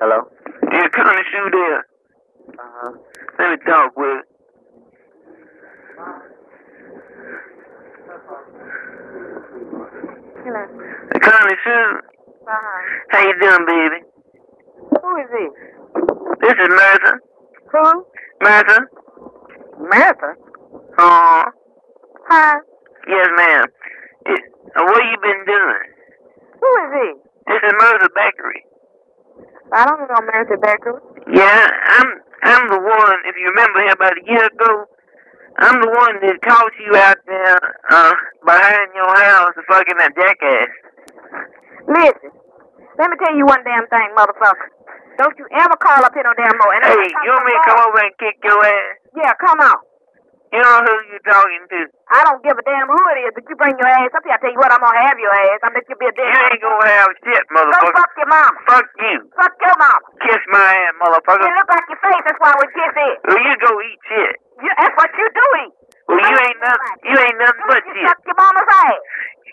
Hello? Is Connors you there? Uh-huh. Let me talk with it. Hello. Connors, you- Uh-huh. how you doing, baby? Who is this? This is Martha. Who? Martha? Martha. Uh, Huh? yes, ma'am. It, uh, what you been doing? Who is this? This is Martha Bakery. I don't know Martha Baker. Yeah, I'm I'm the one. If you remember about a year ago, I'm the one that caught you out there uh, behind your house, fucking that jackass. Listen, let me tell you one damn thing, motherfucker. Don't you ever call up here no damn more. And I'm Hey, not talking you want me to about- come over and kick your ass? Yeah, come on. You know who you talking to? I don't give a damn who it is, but you bring your ass up here. I tell you what, I'm gonna have your ass. I bet you be a You damn. ain't gonna have shit, Go motherfucker. fuck your mama. Fuck you. Fuck your mama. Kiss my ass, You motherfucker. look like your face. That's why we kiss it. Well, you go eat shit. You, that's what you do eat. Well, you ain't nothing. You ain't nothing but You shit. suck your mama's ass.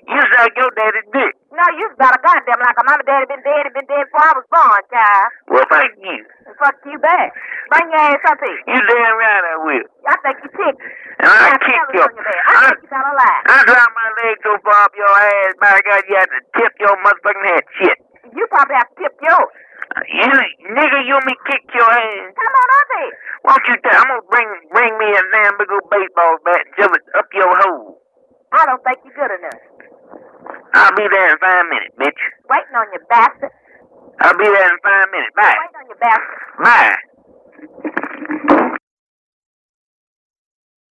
You suck your daddy's dick. No, you got a goddamn like a mama daddy been dead, been dead before I was born, child. Well, fuck you. And fuck you back. Bring your ass up here. You damn right I will. I think you tick. And I got kick feathers you. on your back. I I- think you got a lie. I drive my leg so far up your ass, by God, you had to tip your motherfucking head. Shit. You probably have to tip yours. You, nigga, you me kick your ass. Come on up here. Won't you tell? I'm gonna bring bring me a damn big old baseball bat and shove it up your hole. I don't think you're good enough. I'll be there in five minutes, bitch. Waiting on you, bastard. I'll be there in five minutes. Bye. Waiting on you, bastard. Bye.